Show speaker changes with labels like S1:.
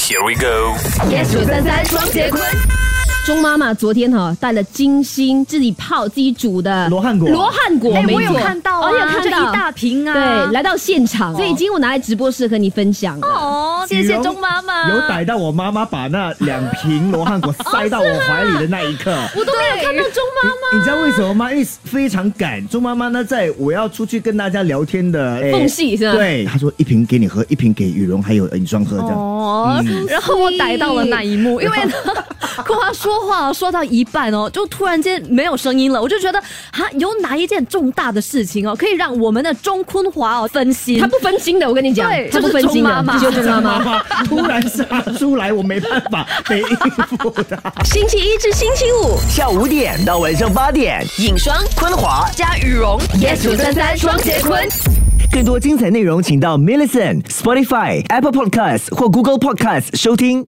S1: Here we go。
S2: yes 九三三双节棍。
S3: 钟妈妈昨天哈、带了精心自己泡自己煮的
S4: 罗汉果
S3: 罗汉果，
S2: 哎，
S3: 没
S2: 我有
S3: 错
S2: 看到
S3: 哦
S2: 啊，
S3: 你有看
S2: 这
S3: 到
S2: 一大瓶啊，
S3: 对，来到现场，所以今天我拿来直播室和你分享了。
S2: 哦，谢谢钟妈妈，
S4: 有逮到我妈妈把那两瓶罗汉果塞到我怀里的那一刻。
S2: 哦
S3: 我都没有看到钟妈妈。
S4: 你知道为什么吗？因为非常赶，钟妈妈呢，在我要出去跟大家聊天的哎
S3: 缝隙是吧
S4: 对，她说一瓶给你喝，一瓶给羽绒还有尹双喝这样。嗯
S2: 哦，然后我逮到了那一幕，
S3: 嗯
S2: 因为呢，酷花说话说到一半哦，就突然间没有声音了，我就觉得哈，有哪一件重大的事情哦，可以让我们的钟坤华哦分心
S3: 她？不分心的，我跟你讲，
S2: 对
S3: 她不
S2: 就是
S3: 分心
S2: 钟妈
S3: 的，
S2: 妈
S3: 就是钟妈妈。
S4: 妈突然杀出来，我没办法得应付她。
S5: 星期一至星期五，
S6: 下午五点到晚上八点，
S5: 影双
S6: 昆华
S5: 加羽绒。
S2: yes 九三三双节棍。
S6: 更多精彩内容，请到 Millison、Spotify、Apple Podcasts 或 Google Podcasts 收听。